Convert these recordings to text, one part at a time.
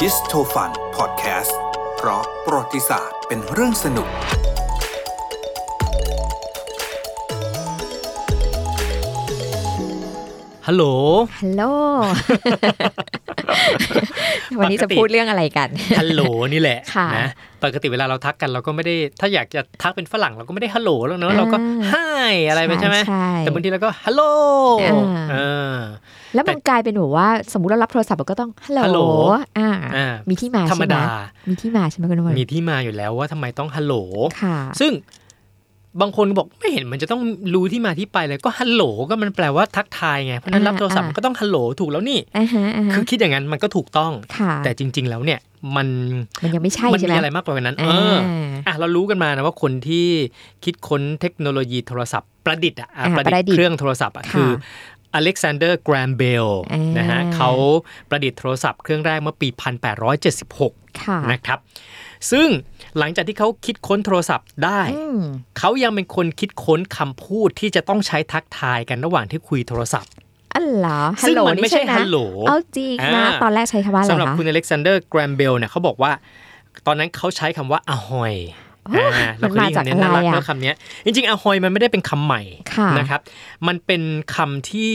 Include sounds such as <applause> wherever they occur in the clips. ดิสโทฟันพอดแคสต์เพราะประวัติศาสตร์เป็นเรื่องสนุก ฮัลโหล ฮัลโหล <laughs> วันนี้จะพูดเรื่องอะไรกัน ฮัลโหลนี่แหละ ค่ะ นะปกติเวลาเราทักกันเราก็ไม่ได้ถ้าอยากจะทักเป็นฝรั่งเราก็ไม่ได้ฮัลโหลแล้วเนอะเราก็ไฮอะไรไปใช่ไหม ใช่ แต่บางทีเราก็ฮัลโหล อ่า เออ แล้วมันกลายเป็นแบบว่า สมมติเรารับโทรศัพท์เราก็ต้องฮัล ฮัลโหโหล ล อ่า อ่า มีที่มา ธรรม ใช่ไหม ดา มีที่มาใช่ไหมคุณนวล มีที่มาอยู่แล้วว่าทำไมต้องฮัลโหล ค่ะ ซึ่งบางคนก็บอกไม่เห็นมันจะต้องรู้ที่มาที่ไปเลยก็ฮัลโหลก็มันแปลว่าทักทายไง เพราะฉะนั้นรับโทรศัพท์มัอ่านก็ต้องฮัลโหลถูกแล้วนี่ อ่าฮะอ่า คื ฮะ อคิดอย่างนั้นมันก็ถูกต้อง ค่ะ แต่จริง ๆ แล้วเนี่ยมัน มันยังไม่ใช่ มั ใช่ไห มี ม อะไรมากกว่านั้น อ่ เออ า อ่ะเรารู้กันมานะว่าคนที่คิดค้นเทคโนโลยีโทรศัพท์ประดิษฐ์อะอ่ะ อ่า ประดิษ ประดิ ฐ์ ษฐ์ เครื่องโทรศัพท์อะ ค่ะ คืออเล็กซานเดอร์แกรมเบล อ่าน นะฮะเขาประดิษฐ์โทรศัพท์เครื่องแรกเมื่อปี 1876 ค่ะ นะครับ ซึ่งหลังจากที่เขาคิดค้นโทรศัพท์ได้ อืม เขายังเป็นคนคิดค้นคำพูดที่จะต้องใช้ทักทายกันระหว่างที่คุยโทรศัพท์ อันเหรอฮัล ซึ่ง โหล มันไม่ใช่ นะ ฮัลโหล เอาจริงนะ อ่า ตอนแรกใช้คำว่าอะไร สำหรับ คะ คุณอเล็กซานเดอร์แกรมเบลเนี่ยเขาบอกว่า ตอนนั้นเขาใช้คำว่าอหอย โอ้ย อ่าเราเคยได้ยินคำนี้ มัน น่า มาจากอะไร รัก อะ นะคำเนี้ยจริงๆอหอยมันไม่ได้เป็นคำใหม่ ค่ะ นะครับ มันเป็นคำที่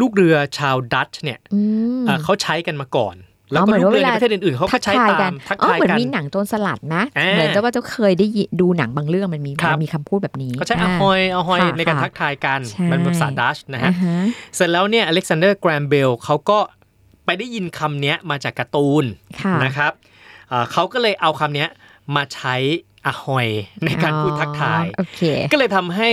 ลูกเรือชาวดัตช์เนี่ย อืม เอ่อเขาใช้กันมาก่อน อ๋อ แล้วก็เหมือน ลูกเรือในว่าเวลา ประเทศอื่นๆเขาก็ใช้ตามทัก อ๋อ ทาย เหมือน กัน มีหนังโจรสลัดนะ อ่า เหมือนจะว่าเจ้าเคยได้ยินดูหนังบางเรื่องมันมี ครับ มันมีคำพูดแบบนี้ เขาใช้อา หอยอหอย ค่ะ ในการ ค่ะ ทักทายกัน ใช่ มันเป็นภาษาดัตช์นะฮะ อ่าฮะ เสร็จแล้วเนี่ยอเล็กซานเดอร์แกรมเบลเขาก็ไปได้ยินคำเนี้ยมาจากการ์ตูน ค่ะ นะครับเอ่อเขาก็เลยเอาคำเนี้ยมาใช้อะหอยในการพูดทักทาย อ๋อโอเค ก็เลยทำให้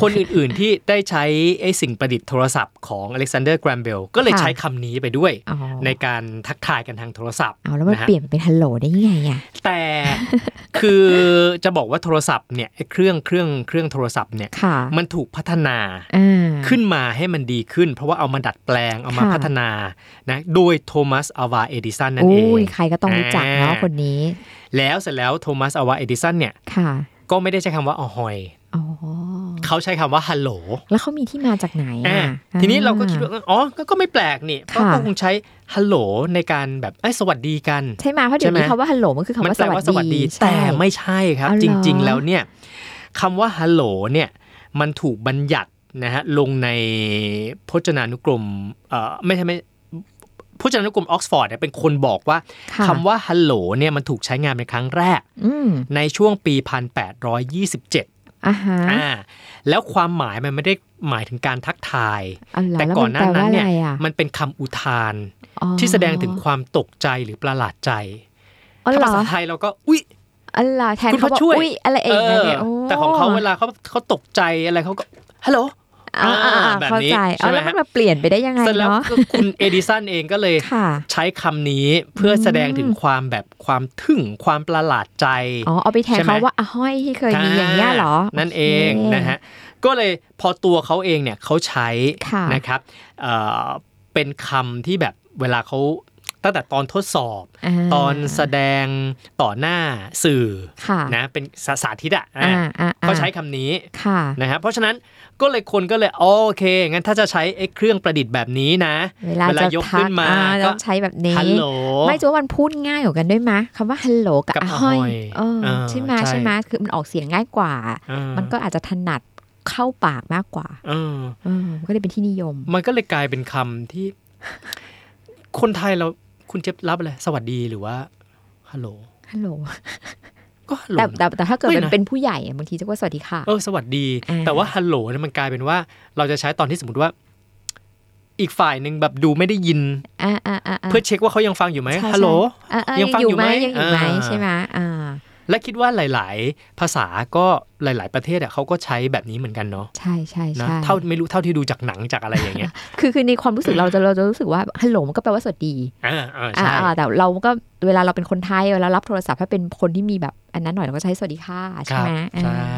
คนอื่น ๆ ที่ได้ใช้ไอ้สิ่งประดิษฐ์โทรศัพท์ของอเล็กซานเดอร์แกรมเบลก็เลย ค่ะ ใช้คำนี้ไปด้วย อ๋อ ในการทักทายกันทางโทรศัพท์ เอาแล้วมัน นะฮะ เปลี่ยนเป็นฮัลโหลได้ยังไงอ่ะ แต่ คือจะบอกว่าโทรศัพท์เนี่ยไอ้เครื่องเครื่องเครื่องโทรศัพท์เนี่ย ค่ะ มันถูกพัฒนา อ่า ขึ้นมาให้มันดีขึ้น เพราะว่าเอามาดัดแปลงเอามา ค่ะ พัฒนานะโดยโทมัสอวาเอดิสันนั่นเอ โอ้ ง ยใครก็ต้องรู้จักเนาะ อ่า คนนี้ แล้วเสร็จแล้วโทมัสอวาเอดิสันเนี่ย ค่ะ ก็ไม่ได้ใช้คำว่าออหอย อ๋อ เขาใช้คำว่าฮัลโหล แล้วเขามีที่มาจากไหน อ่า อ่ะ ทีนี้เราก็คิดว่าอ๋อก็ก็ไม่แปลกนี่เพราะ ค่ะ ก็คงใช้ฮัลโหลในการแบบเอ้ยสวัสดีกัน ใช่ไหมเพราะเดี๋ยว ใช่ นี้ ไหม คำว่าฮัลโหลมันคือคำ มั ว่า แปลว่าสวัสดี ใช่ แต่ไม่ใช่ครับ อ๋อเหร จ อ ริง ๆ แล้วเนี่ยคำว่าฮัลโหลเนี่ยมันถูกบัญญัตินะฮะลงในพจนานุกรมเอ่อไม่ใช่ไม่พจนานุกรมออกซฟอร์ดเนี่ยเป็นคนบอกว่า ค่ะ คำว่าฮัลโหลเนี่ยมันถูกใช้งานเป็นครั้งแรก อืม ในช่วงปี 1827 อ่าฮะ อ่าแล้วความหมายมันไม่ได้หมายถึงการทักทาย เอาเหรอ แต่ แล้ว ก่อ มัน น ห แป น้า ล นั้ ว่านอะ เนี่ย ไรอ่ะ มันเป็นคำอุทาน อ๋อ ที่แสดงถึงความตกใจหรือประหลาดใจ อ๋อ ถ้า เหร ภา อ ษาไทยเราก็อุ๊ย อ๋อเหรอแทน คุณ เขา พระช่วย อุ้ยอะไรเองนะเนี่ยโ แต่ของเขาเวลาเขาเขาตกใจอะไรเขาก็ฮัลโหล อ่าอ่าอ่า อ่าแบบ เข้า นี้ ใจ ใช่ เอา ไหม แล้วมัน ฮะ มาเปลี่ยนไปได้ยังไง เสร็จแล้ว เนาะ ก็คุณเอดิสันเองก็เลย ค่ะ ใช้คำนี้เพื่อแสดงถึงความแบบความทึ่งความประหลาดใจ อ๋อเอาไปแทน ใช่ไหม เขาว่าอะห้อยที่เคยมีอย่างเงี้ยเหรอ นั่นเอง โอเค นะฮะก็เลยพอตัวเขาเองเนี่ยเขาใช้ ค่ะ นะครับเอ่อเป็นคำที่แบบเวลาเขาตั้งแต่ตอนทดสอบ า ตอนแสดงต่อหน้าสื่อ ค่ะ นะเป็นสาสาธิตอ่ะอ่ะ อ่าอ่า เขาใช้คำนี้ ค่ะ นะครับเพราะฉะนั้นก็เลยคนก็เลยอ๋อโอเคงั้นถ้าจะใช้ไอ้เครื่องประดิษฐ์แบบนี้นะ เวลา เวลา จะ ยก ทั ขึ้ ก นมา อ่า ก็ ต้องใช้แบบนี้ ฮัลโหล ไม่จู้ว่ามันพูดง่ายกว่ากันด้วยมะคำว่าฮัลโหลกับ กับ อะห้อย อะห้อย เออ เออ ใช่ไหม ใช่ ใช่ไหมคือมันออกเสียงง่ายกว่า เออ มันก็อาจจะถนัดเข้าปากมากกว่า เออ เออมันก็เลยเป็นที่นิยม มันก็เลยกลายเป็นคำที่ <laughs> คนไทยเราคุณเจ็บรับอะไรสวัสดีหรือว่าฮัลโหล ฮัลโหล ก็ฮัลโหล แต่แต่แต่ถ้าเกิด ไม่ มัน นะ เป็นผู้ใหญ่อะบางทีจะว่าสวัสดีค่ะ เออสวัสดี อ่า แต่ว่าฮัลโหลเนี่ยมันกลายเป็นว่า เราจะใช้ตอนที่สมมติว่า อีกฝ่ายหนึ่งแบบดูไม่ได้ยิน อ่าอ่าอ่าา เพื่อเช็คว่าเขายังฟังอยู่ไหม ใช่ใช่ ฮัลโหล อ่าอ่า ยั ยัง ง ฟัง อยู่ อยู่ ไหม ไหม ยังอยู่ไหม อ่า ใช่ไหมอ่า และคิดว่าหลาย ๆ ภาษาก็หลาย ๆ ประเทศอะเขาก็ใช้แบบนี้เหมือนกันเนาะ ใช่ใช่ นะ ใช่ เท่าไม่รู้เท่าที่ดูจากหนังจากอะไรอย่างเงี้ย คือคือในความรู้สึกเราจะเราจะรู้สึกว่าฮัลโหลมันก็แปลว่าสวัสดี อ่าอ่า อ่า ใช่ อ่าแต่เราก็เวลาเราเป็นคนไทยเวลารับโทรศัพท์ถ้าเป็นคนที่มีแบบอันนั้นหน่อยเราก็ใช้สวัสดีค่ะใช่ไหม ครับใช่ อ่า